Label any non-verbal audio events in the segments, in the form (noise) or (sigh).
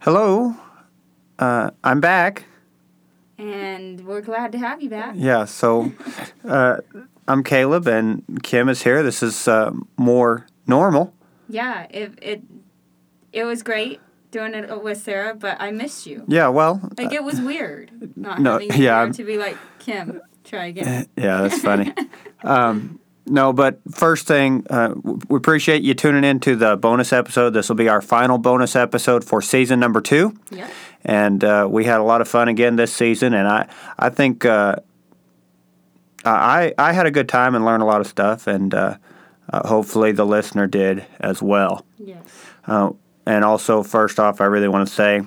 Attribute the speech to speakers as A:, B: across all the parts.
A: Hello. Uh, I'm back.
B: And we're glad to have you back.
A: Yeah, so uh, I'm Caleb and Kim is here. This is uh, more normal.
B: Yeah, it it it was great doing it with Sarah, but I missed you.
A: Yeah, well,
B: Like it was weird not
A: No,
B: having you
A: yeah,
B: there
A: I'm-
B: to be like Kim. Try again.
A: yeah, that's funny. um, no, but first thing, uh, w- we appreciate you tuning in to the bonus episode. This will be our final bonus episode for season number two.
B: Yep.
A: and uh, we had a lot of fun again this season. And I, I think uh, I, I had a good time and learned a lot of stuff, and uh, uh, hopefully the listener did as well.
B: Yes.
A: Uh, and also, first off, I really want to say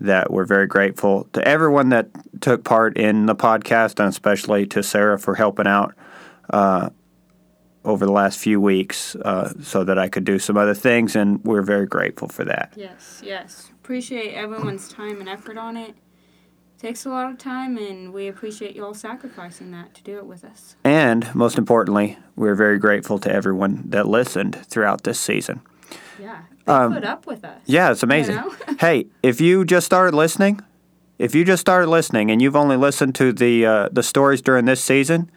A: that we're very grateful to everyone that took part in the podcast, and especially to Sarah for helping out uh, over the last few weeks, uh, so that I could do some other things. And we're very grateful for that.
B: Yes. Yes. Appreciate everyone's time and effort on it. Takes a lot of time, and we appreciate you all sacrificing that to do it with us.
A: And most importantly, we're very grateful to everyone that listened throughout this season.
B: Yeah. They put up with us.
A: Um, Yeah, it's amazing.
B: know? (laughs)
A: hey, if you just started listening, if you just started listening and you've only listened to the uh, the stories during this season,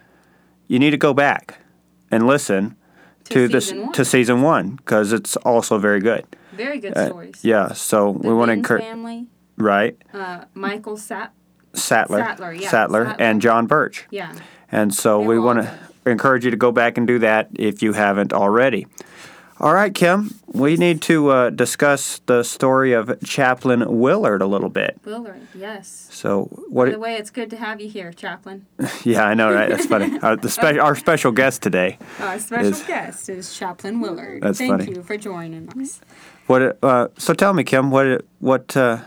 A: you need to go back and listen to,
B: To
A: this
B: season one.
A: to season one because it's also very good.
B: Very good stories.
A: Eh, Yeah, so we want to
B: Ben's
A: encourage
B: family.
A: right
B: Uh, Michael Sapp.
A: Sattler,
B: Sattler, yeah, Sattler.
A: and John Birch.
B: Yeah.
A: And so we
B: were all
A: want to encourage you to go back and do that if you haven't already. All right, Kim, we need to uh, discuss the story of Chaplain Willard a little bit.
B: Willard. Yes.
A: So what?
B: By the way, it's good to have you here, Chaplain.
A: (laughs) yeah, I know, right? That's funny. Our, the spe- our special guest today.
B: Our Uh, special
A: Is-
B: guest is Chaplain Willard.
A: That's
B: Thank
A: funny.
B: you for joining us.
A: What? Uh, so tell me, Kim, what? What? Uh,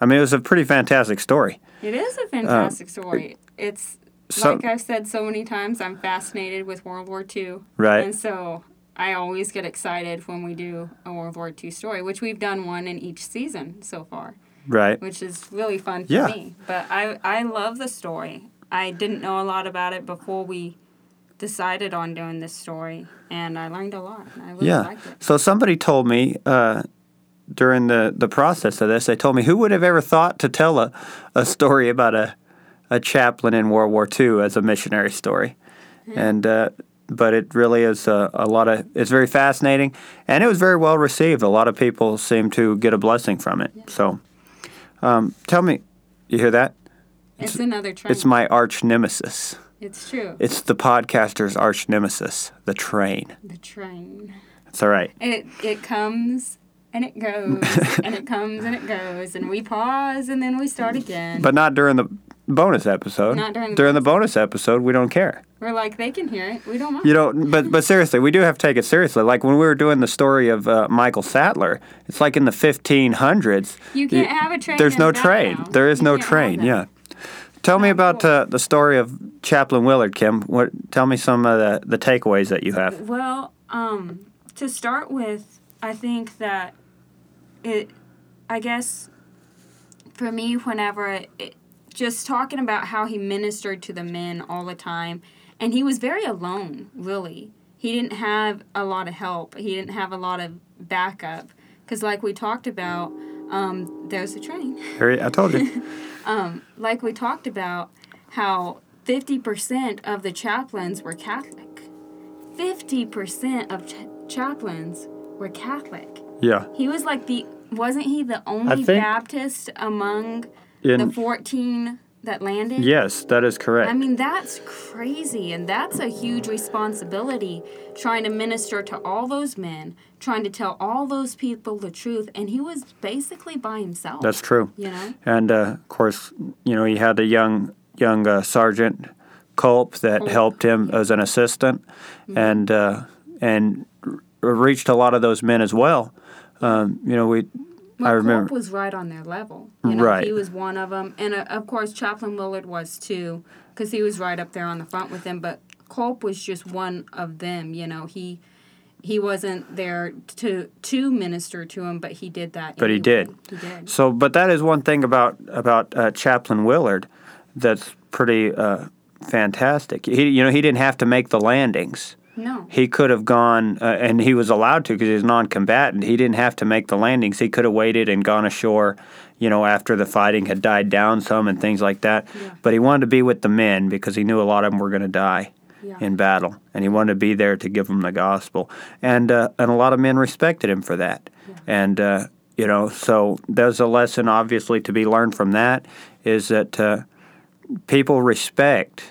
A: I mean, it was a pretty fantastic story.
B: It is a fantastic story. It's
A: Um, so-
B: like I've said so many times, I'm fascinated with World War II.
A: Right.
B: And so I always get excited when we do a World War II story, which we've done one in each season so far,
A: Right.
B: which is really fun for
A: Yeah.
B: me. But I I love the story. I didn't know a lot about it before we decided on doing this story, and I learned a lot. and I really
A: Yeah.
B: liked it.
A: So somebody told me uh, during the, the process of this, they told me who would have ever thought to tell a, a story about a a chaplain in World War II as a missionary story, and uh, but it really is a, a lot of it's very fascinating, and it was very well received. A lot of people seem to get a blessing from it. So, um, tell me, you hear that?
B: It's, another trend.
A: It's my arch nemesis.
B: it's true.
A: It's the podcaster's arch nemesis, the train.
B: the train.
A: It's all right.
B: It it comes and it goes and it comes and it goes and we pause and then we start again.
A: But not during the bonus episode.
B: Not during the
A: bonus episode, we don't care.
B: We're like they can hear it. We don't mind.
A: You don't. But but seriously, we do have to take it seriously. Like when we were doing the story of uh, Michael Sattler, it's like in the 1500s.
B: You can't have a train.
A: There's
B: in
A: no
B: the
A: train.
B: background.
A: There is
B: You
A: no
B: can't have
A: train.
B: that.
A: Yeah. Tell me about uh, the story of Chaplain Willard, Kim. What? Tell me some of the, the takeaways that you
B: (laughs)
A: have.
B: Well, um, to start with, I think that it, I guess, for me, whenever it, it- just talking about how he ministered to the men all the time, and he was very alone, really. He didn't have a lot of help. He didn't have a lot of backup, because like we talked about, um, there's a train (laughs)
A: Harry, I told you.
B: like we talked about, how 50% of the chaplains were Catholic. 50% of ch- chaplains were Catholic.
A: Yeah.
B: He was like the, wasn't he the only
A: think-
B: Baptist among the
A: In
B: 14 that landed?
A: yes, that is correct.
B: I mean, that's crazy, and that's a huge responsibility trying to minister to all those men, trying to tell all those people the truth, and he was basically by himself.
A: That's true.
B: You know?
A: And uh, of course, you know, he had a young young uh, sergeant Culp that helped him as an assistant,
B: Mm-hmm.
A: and uh, and r- reached a lot of those men as well. Um, you know, we I remember
B: Culp was right on their level. You know,
A: Right.
B: He was one of them. And uh, of course, Chaplain Willard was too, because he was right up there on the front with them. But Culp was just one of them. You know, he he wasn't there to to minister to him, but he did that.
A: But he
B: anyway.
A: did.
B: He did.
A: So, but that is one thing about about uh, Chaplain Willard that's pretty uh, fantastic. He, you know, he didn't have to make the landings.
B: No.
A: He could have gone, uh, and he was allowed to because he's non-combatant. He didn't have to make the landings. He could have waited and gone ashore, you know, after the fighting had died down some and things like that.
B: Yeah.
A: But he wanted to be with the men because he knew a lot of them were going to die
B: Yeah.
A: in battle, and he wanted to be there to give them the gospel. And uh, and a lot of men respected him for that. And uh, you know, so there's a lesson obviously to be learned from that is that uh, people respect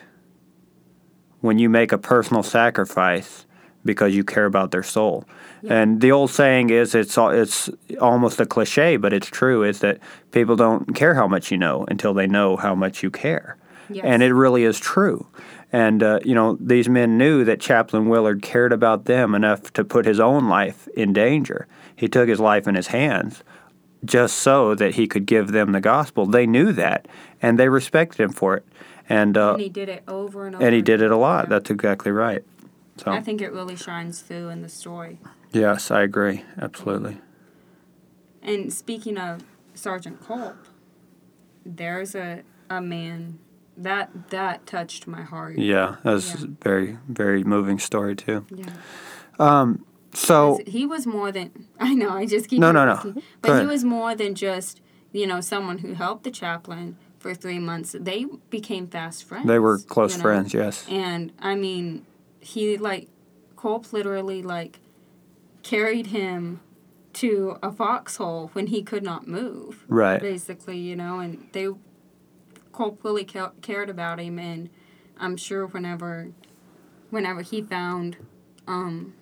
A: when you make a personal sacrifice because you care about their soul. And the old saying is it's al- it's almost a cliche, but it's true is that people don't care how much you know until they know how much you care.
B: Yes.
A: And it really is true. And uh, you know these men knew that Chaplain Willard cared about them enough to put his own life in danger. He took his life in his hands just so that he could give them the gospel. They knew that, and they respected him for it. And uh,
B: And he did it over and over.
A: and he did it a lot.
B: Yeah.
A: That's exactly right. So
B: I think it really shines through in the story.
A: yes, I agree absolutely.
B: And speaking of Sergeant Culp, there's a, a man that that touched my heart.
A: Yeah, that's
B: Yeah.
A: very very moving story too.
B: Yeah.
A: So
B: He was more than (laughs) I know. I just keep
A: No, no, no.
B: asking.
A: Go
B: But
A: ahead.
B: he was more than just you know someone who helped the chaplain for three months. They became fast friends.
A: they were close
B: you know?
A: friends. Yes.
B: And I mean, he like Culp literally like carried him to a foxhole when he could not move.
A: Right.
B: Basically, you know, and they Culp really ca- cared about him, and I'm sure whenever, whenever he found, um,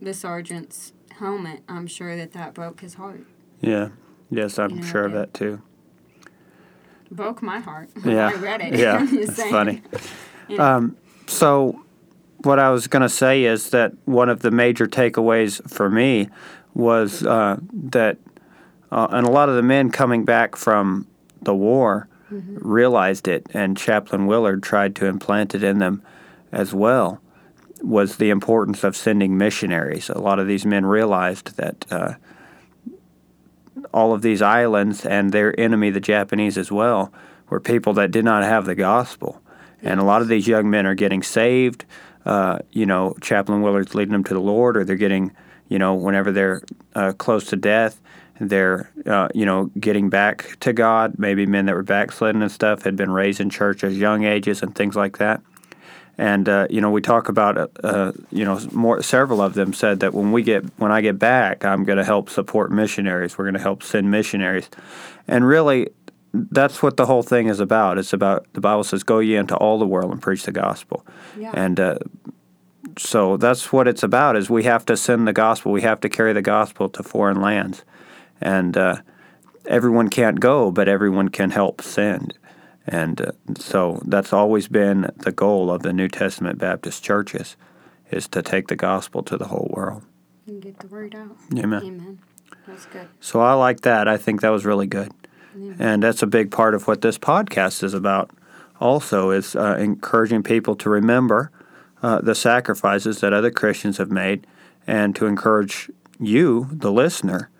B: the sergeant's helmet, I'm sure that that broke his heart,
A: Yeah. Yes, I'm
B: know,
A: sure of
B: they-
A: that too.
B: broke my heart. (laughs)
A: Yeah.
B: I read it.
A: Yeah.
B: (laughs) I'm just
A: it's
B: saying.
A: funny.
B: Yeah.
A: Um, so, what I was going to say is that one of the major takeaways for me was uh, that, uh, and a lot of the men coming back from the war
B: Mm-hmm.
A: realized it, and Chaplain Willard tried to implant it in them as well. Was the importance of sending missionaries? A lot of these men realized that uh, all of these islands and their enemy, the Japanese, as well, were people that did not have the gospel. And a lot of these young men are getting saved. Uh, you know, Chaplain Willard's leading them to the Lord, or they're getting, you know, whenever they're uh, close to death, they're, uh, you know, getting back to God. Maybe men that were backslidden and stuff had been raised in church as young ages and things like that. And uh, you know, we talk about uh, uh, you know more. Several of them said that when we get when I get back, I'm going to help support missionaries. We're going to help send missionaries, and really, that's what the whole thing is about. It's about the Bible says, "Go ye into all the world and preach the gospel,"
B: Yeah.
A: and uh, so that's what it's about. Is we have to send the gospel. We have to carry the gospel to foreign lands, and uh, everyone can't go, but everyone can help send. And uh, so that's always been the goal of the New Testament Baptist churches is to take the gospel to the whole world.
B: and get the word out.
A: Amen.
B: Amen. That's good.
A: So I like that. I think that was really good. And that's a big part of what this podcast is about also is uh, encouraging people to remember uh, the sacrifices that other Christians have made and to encourage you, the listener,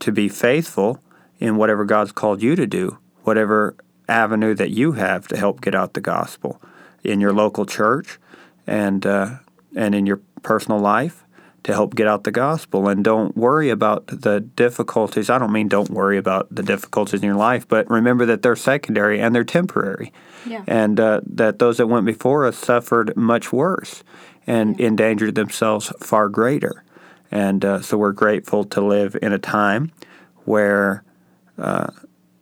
A: to be faithful in whatever God's called you to do, whatever avenue that you have to help get out the gospel in your local church and uh, and in your personal life to help get out the gospel. And don't worry about the difficulties. I don't mean don't worry about the difficulties in your life, but remember that they're secondary and they're temporary
B: Yeah.
A: and uh, that those that went before us suffered much worse and endangered themselves far greater. And uh, so we're grateful to live in a time where uh,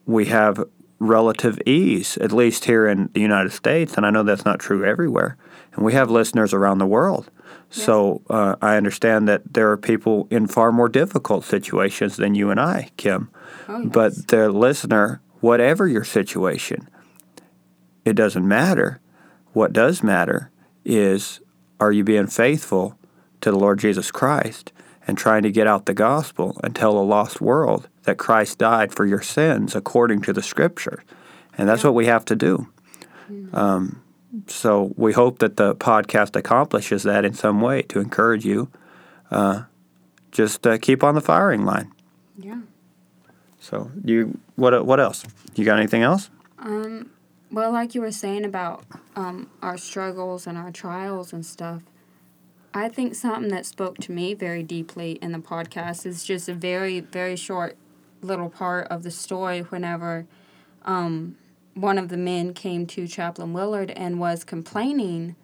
A: we have relative ease, at least here in the United States. And I know that's not true everywhere. And we have listeners around the world. So uh, I understand that there are people in far more difficult situations than you and I, Kim.
B: Oh,
A: But the listener, whatever your situation, it doesn't matter. What does matter is are you being faithful to the Lord Jesus Christ and trying to get out the gospel and tell a lost world that Christ died for your sins according to the scripture? And that's what we have to do.
B: Mm-hmm.
A: Um, so we hope that the podcast accomplishes that in some way to encourage you. Uh, just uh, keep on the firing line.
B: yeah.
A: So you what what else? You got anything else?
B: Well, like you were saying about um, our struggles and our trials and stuff, I think something that spoke to me very deeply in the podcast is just a very, very short little part of the story whenever um, one of the men came to Chaplain Willard and was complaining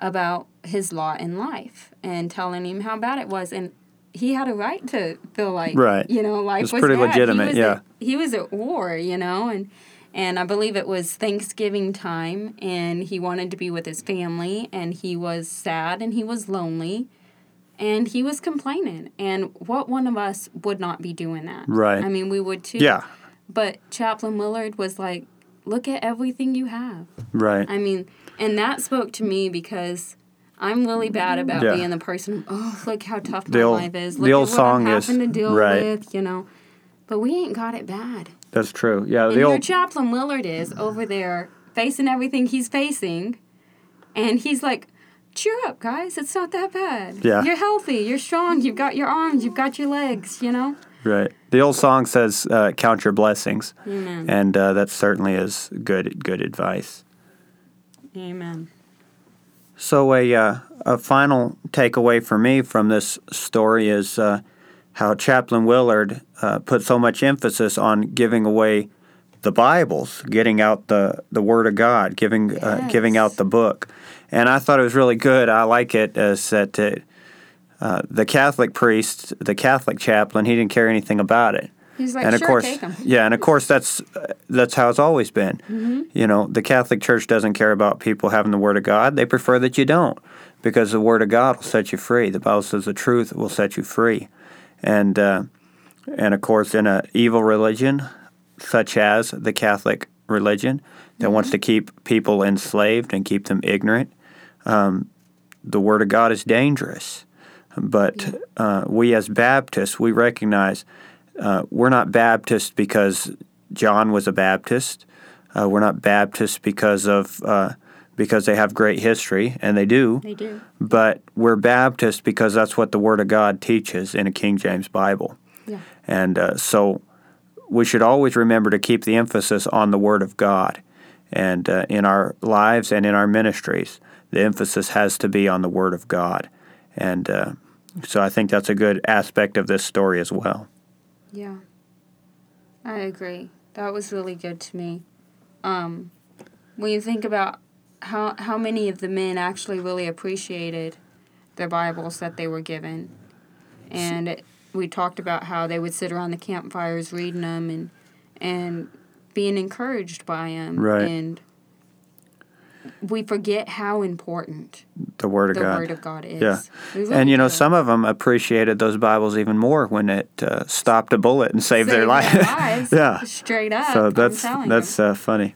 B: about his lot in life and telling him how bad it was. And he had a right to feel like,
A: Right.
B: you know, life
A: It's
B: was
A: pretty
B: bad. He
A: legitimate,
B: was
A: yeah.
B: at- he was at war, you know, and and I believe it was Thanksgiving time, and he wanted to be with his family, and he was sad, and he was lonely, and he was complaining. And what one of us would not be doing that?
A: Right.
B: I mean, we would too.
A: Yeah.
B: But Chaplain Willard was like, "Look at everything you have."
A: Right.
B: I mean, and that spoke to me because I'm really bad about
A: Yeah.
B: being the person. Oh, look how tough
A: The
B: my
A: old-
B: life is.
A: the
B: Look
A: old
B: at
A: song
B: what I'm
A: is-
B: having to deal
A: right.
B: with, you know. But we ain't got it bad.
A: That's true. Yeah.
B: And
A: The
B: your
A: old.
B: Chaplain Willard is over there facing everything he's facing, and he's like, "Cheer up, guys! It's not that bad.
A: Yeah.
B: You're healthy. You're strong. You've got your arms. You've got your legs. You know."
A: Right. The old song says, uh, "Count your blessings,"
B: Amen.
A: and uh, that certainly is good good advice.
B: Amen.
A: So a uh, a final takeaway for me from this story is uh, how Chaplain Willard uh, put so much emphasis on giving away the Bibles, getting out the, the Word of God, giving uh, giving
B: Yes.
A: out the book, and I thought it was really good. I like it as that it, uh, the Catholic priest, the Catholic chaplain, he didn't care anything about it
B: He's like,
A: and of
B: "Sure,
A: course,
B: take 'em."
A: yeah, and of course that's uh, that's how it's always been.
B: Mm-hmm.
A: You know, the Catholic Church doesn't care about people having the Word of God; they prefer that you don't, because the Word of God will set you free. The Bible says the truth will set you free, and uh, and of course, in a evil religion such as the Catholic religion that wants
B: Mm-hmm.
A: to keep people enslaved and keep them ignorant, um, the Word of God is dangerous. But uh, we as Baptists, we recognize uh, we're not Baptist because John was a Baptist. Uh, we're not Baptist because of uh, because they have great history, and they do.
B: They do.
A: But we're Baptist because that's what the Word of God teaches in a King James Bible.
B: Yeah.
A: And uh, so we should always remember to keep the emphasis on the Word of God. And uh, in our lives and in our ministries, the emphasis has to be on the Word of God. And uh, so I think that's a good aspect of this story as well.
B: Yeah. I agree. That was really good to me. Um, when you think about how how many of the men actually really appreciated their Bibles that they were given, and it, we talked about how they would sit around the campfires reading them and and being encouraged by them,
A: Right.
B: and we forget how important
A: The Word of
B: the
A: God.
B: Word of God is.
A: Yeah.
B: We really
A: and you know,
B: do.
A: some of them appreciated those Bibles even more when it uh, stopped a bullet and saved, their
B: Saved
A: life. (laughs)
B: lives,
A: yeah.
B: straight up.
A: So
B: I'm
A: that's
B: telling you.
A: that's uh, funny,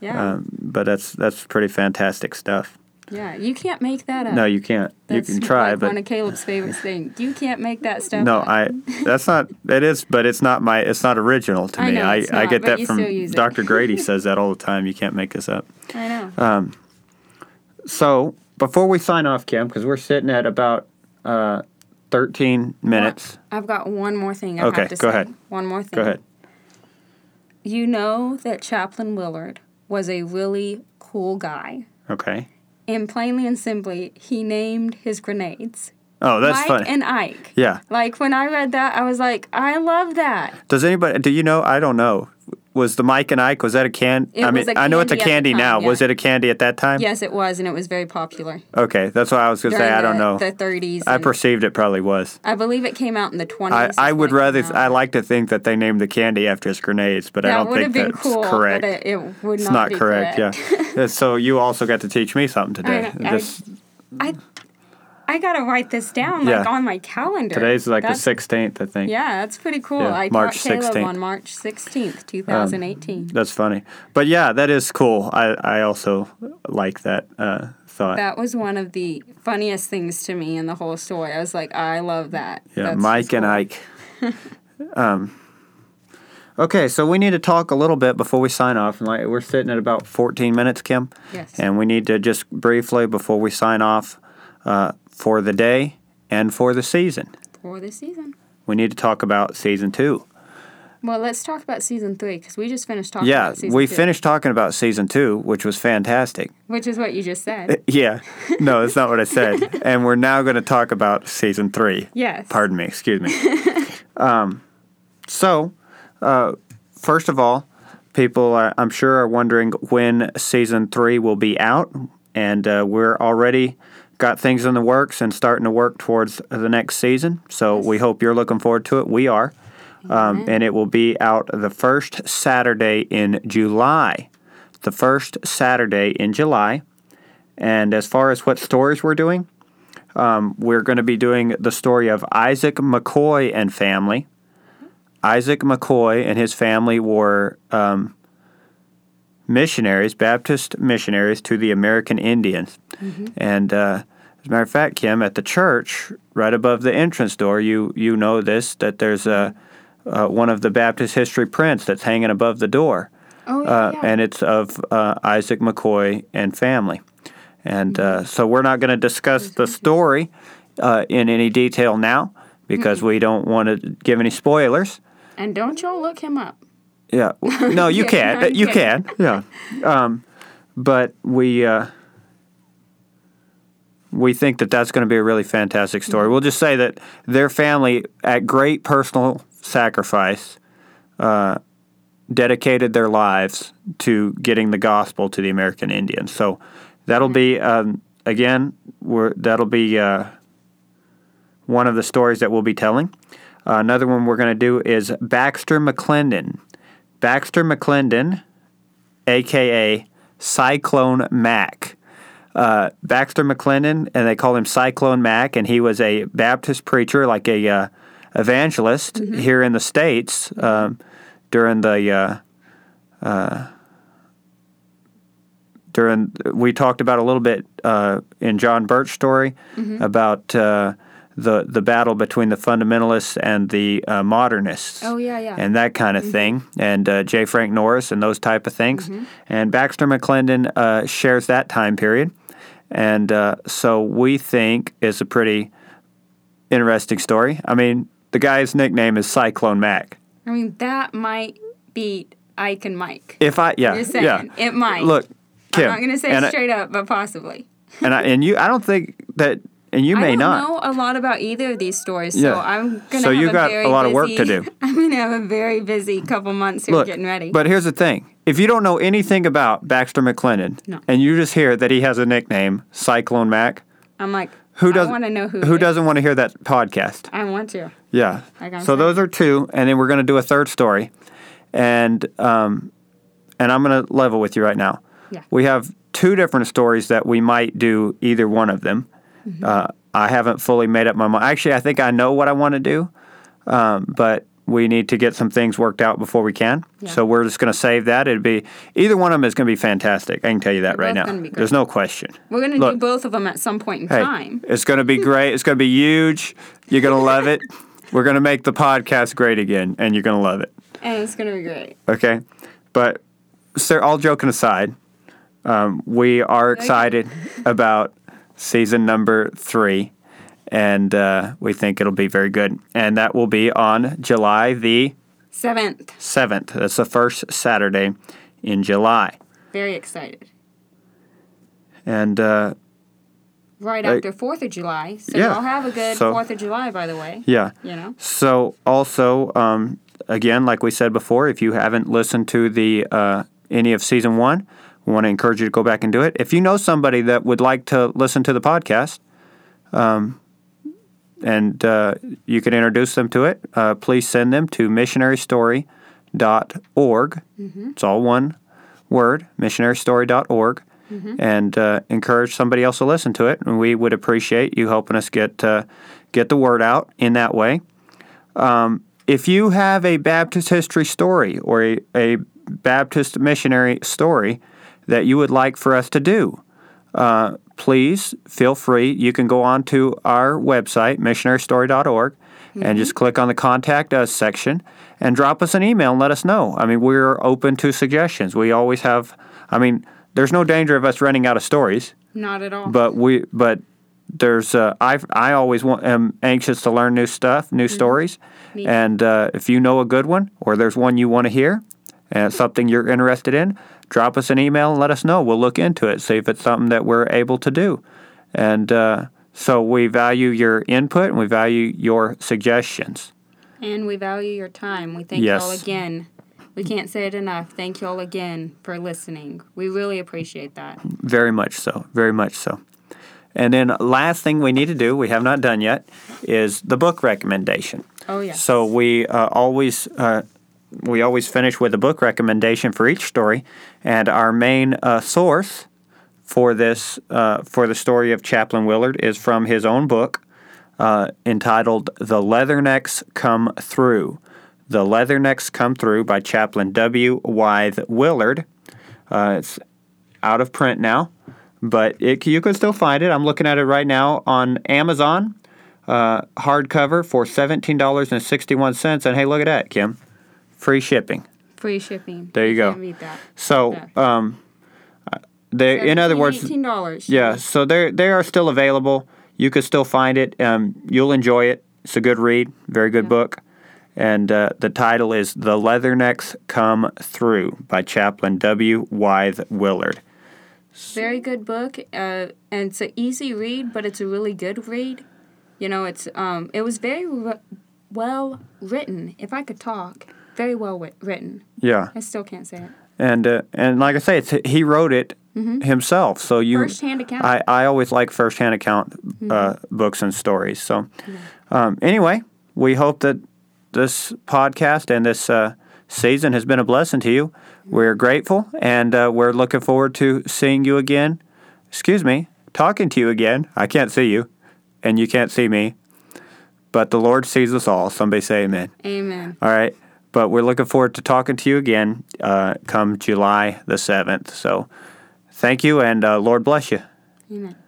B: yeah.
A: um, but that's that's pretty fantastic stuff.
B: Yeah, you can't make that up.
A: No, you can't.
B: That's
A: you
B: (laughs)
A: can try,
B: like
A: but
B: one of Caleb's favorite things. You can't make that stuff.
A: no,
B: up.
A: I. That's not. It is, but it's not my. It's not original to
B: I
A: me.
B: know
A: I
B: it's
A: I
B: not,
A: get
B: but
A: that
B: you still
A: from
B: use it.
A: Dr.
B: (laughs)
A: Grady says that all the time. You can't make this up.
B: I know.
A: uh, So before we sign off, Kim, because we're sitting at about uh, thirteen minutes.
B: I've got one more thing I
A: Okay,
B: have to
A: go
B: say.
A: ahead.
B: One more thing.
A: Go ahead.
B: You know that Chaplain Willard was a really cool guy.
A: Okay.
B: And plainly and simply, he named his grenades
A: Oh, that's
B: Mike
A: funny.
B: and Ike.
A: yeah.
B: Like when I read that, I was like, I love that.
A: Does anybody? Do you know? I don't know. Was the Mike and Ike? Was that a can?
B: It
A: I mean,
B: was a
A: I know it's a
B: candy at the
A: candy
B: time,
A: now.
B: yeah.
A: Was it a candy at that time?
B: Yes, it was, and it was very popular.
A: Okay, that's what I was gonna say.
B: during
A: I don't
B: the-
A: know.
B: The 30s.
A: I
B: and-
A: perceived it probably was.
B: I believe it came out in the 20s.
A: I,
B: is
A: I
B: when
A: would
B: it came
A: rather.
B: out.
A: I like to think that they named the candy after his grenades, but I
B: That
A: don't
B: would have
A: think
B: been
A: that's
B: cool,
A: correct.
B: but it, it would
A: it's
B: not,
A: not
B: be
A: correct. Yeah. And so you also got to teach me something today.
B: (laughs) I- I-
A: This-
B: I, I gotta write this down
A: Yeah.
B: like on my calendar.
A: today's like
B: That's-
A: the 16th, I think.
B: Yeah, that's pretty cool.
A: Yeah,
B: I
A: March Um,
B: taught Caleb
A: 16th.
B: on March sixteenth, two thousand eighteen.
A: That's funny, but yeah, that is cool. I, I also like that uh, thought.
B: that was one of the funniest things to me in the whole story. I was like, I love that.
A: Yeah,
B: That's
A: Mike
B: just
A: and
B: cool.
A: Ike. (laughs) um, okay, so we need to talk a little bit before we sign off. And like, we're sitting at about 14 minutes, Kim.
B: Yes.
A: And we need to just briefly before we sign off uh, for the day and for the season.
B: for this season.
A: We need to talk about season two.
B: Well, let's talk about season three because we just finished talking
A: Yeah,
B: about season
A: we
B: two,
A: finished talking about season two, which was fantastic.
B: Which is what you just said.
A: Yeah, (laughs) no, that's not what I
B: (laughs)
A: said. and we're now going to talk about season three.
B: Yes.
A: Pardon me, excuse me. um, so, uh, first of all, people, uh, I'm sure, are wondering when season three will be out, and uh, we're already got things in the works and starting to work towards the next season. So we hope you're looking forward to it. We are, um, and it will be out the first Saturday in July. The first Saturday in July. And as far as what stories we're doing, we're going to be doing the story of Isaac McCoy and family. Isaac McCoy and his family were um, missionaries, Baptist missionaries to the American Indians. And uh, as a matter of fact, Kim, at the church, right above the entrance door, you you know this that there's a uh, one of the Baptist history prints that's hanging above the door
B: Oh yeah.
A: uh,
B: yeah.
A: and it's of uh, Isaac McCoy and family. And uh, so we're not going to discuss the story uh, in any detail now because we don't want to give any spoilers.
B: and don't y'all look him up.
A: Yeah. w- No, you
B: Yeah,
A: can.
B: no,
A: Uh, You
B: you
A: can. Yeah. Um, but we uh, we think that that's going to be a really fantastic story. We'll just say that their family, at great personal sacrifice, uh, dedicated their lives to getting the gospel to the American Indians. So that'll be um, again. We're, that'll be. Uh, one of the stories that we'll be telling. Uh, another one we're going to do is Baxter McClendon. Baxter McClendon, aka Cyclone Mac. Uh, Baxter McClendon, and they call him Cyclone Mac, and he was a Baptist preacher, like a uh, evangelist here in the states um, during the. Uh, during we talked about a little bit uh, in John Birch's story
B: Mm-hmm.
A: about uh, the the battle between the fundamentalists and the uh, modernists.
B: Oh, yeah, Mm-hmm. yeah.
A: And that kind of thing, and uh, J. Frank Norris and those type of things.
B: Mm-hmm.
A: And Baxter McClendon uh, shares that time period, and uh, so we think it's a pretty interesting story. I mean, the guy's nickname is Cyclone Mac.
B: I mean, that might beat Ike and Mike.
A: If I yeah
B: You're saying
A: yeah
B: it might.
A: look. Kim,
B: I'm not gonna say
A: and I-
B: straight up, but possibly.
A: and I, and you I don't think that and you may
B: I don't
A: not.
B: know a lot about either of these stories, so
A: Yeah.
B: I'm gonna.
A: So
B: have
A: you
B: a
A: got a
B: very
A: lot of work
B: busy,
A: to do.
B: (laughs) I'm gonna have a very busy couple months here
A: Look,
B: getting ready.
A: But here's the thing: if you don't know anything about Baxter McClendon,
B: No.
A: and you just hear that he has a nickname, Cyclone Mac,
B: I'm like,
A: who
B: I
A: doesn't
B: want to know who.
A: who
B: it is.
A: doesn't want to hear that podcast?
B: I want to.
A: Yeah.
B: Like I'm
A: so
B: saying.
A: those are two, and then we're going to do a third story, and um, and I'm going to level with you right now.
B: Yeah.
A: We have two different stories that we might do either one of them.
B: Mm-hmm.
A: Uh, I haven't fully made up my mind. Actually, I think I know what I want to do, um, but we need to get some things worked out before we can.
B: Yeah.
A: So we're just going to save that. It'd be either one of them is going to be fantastic. I can tell you that right
B: both
A: now.
B: gonna be great.
A: There's no question.
B: We're gonna
A: Look.
B: do both of them at some point in
A: Hey,
B: time.
A: It's going to be great. It's going to be huge. You're going to love it. We're going to make the podcast great again, and you're going to love it.
B: and it's gonna be great.
A: Okay? But, sir, all joking aside, um, we are excited about season number three, and uh, we think it'll be very good. And that will be on July the
B: Seventh,
A: 7th. That's the first Saturday in July.
B: very excited.
A: And uh,
B: Right
A: Like-
B: after Fourth of July, so
A: Yeah.
B: y'all have a good
A: So-
B: Fourth of July, by the way.
A: yeah.
B: You know,
A: So, also, um, again, like we said before, if you haven't listened to the uh, any of season one, we want to encourage you to go back and do it. If you know somebody that would like to listen to the podcast, um, and uh, you can introduce them to it, uh, please send them to missionarystory.org. It's all one word, missionarystory.org. And uh, encourage somebody else to listen to it, and we would appreciate you helping us get uh, get the word out in that way. Um, If you have a Baptist history story or a, a Baptist missionary story that you would like for us to do, uh, please feel free. You can go on to our website, missionarystory.org, and just click on the Contact Us section and drop us an email and let us know. I mean, we're open to suggestions. We always have, I mean, there's no danger of us running out of stories,
B: not at all.
A: but we, but there's uh, I I always want am anxious to learn new stuff, new stories,
B: Me
A: and uh, if you know a good one or there's one you want to hear, and it's something you're interested in, drop us an email and let us know. We'll look into it, see if it's something that we're able to do, and uh, so we value your input and we value your suggestions.
B: And we value your time. We thank y'all
A: Yes.
B: again. We can't say it enough. Thank y'all again for listening. We really appreciate that.
A: Very much so. Very much so. And then last thing we need to do, we have not done yet, is the book recommendation.
B: Oh yeah.
A: So we uh, always uh, we always finish with a book recommendation for each story, and our main uh, source for this uh, for the story of Chaplain Willard is from his own book uh, entitled "The Leathernecks Come Through." The Leathernecks Come Through by Chaplain W. Wythe Willard. Uh, it's out of print now, but it, you can still find it. I'm looking at it right now on Amazon uh, hardcover for seventeen dollars and sixty one cents. And hey, look at that, Kim, free shipping.
B: Free shipping.
A: There you
B: I
A: go.
B: Can't read that.
A: So, um, they in other words,
B: eighteen E dollars.
A: yeah. So they they are still available. You can still find it. Um, you'll enjoy it. It's a good read. Very good book. And uh, the title is "The Leathernecks Come Through" by Chaplain W. Wythe Willard.
B: Very good book. Uh, and it's an easy read, but it's a really good read. You know, it's um, it was very r well written. If I could talk, very well wi- written.
A: Yeah,
B: I still can't say it.
A: and uh, and like I say, it's, he wrote it himself. So you
B: Mm-hmm. First-hand account. Mm-hmm.
A: I, I always like firsthand account uh, books and stories. So, um, anyway, we hope that this podcast and this uh, season has been a blessing to you.
B: Mm-hmm.
A: We're grateful and uh, we're looking forward to seeing you again. Excuse me, talking to you again. I can't see you and you can't see me, but the Lord sees us all. Somebody say amen.
B: Amen.
A: All right. But we're looking forward to talking to you again uh, come July the 7th. So thank you and uh, Lord bless you.
B: Amen.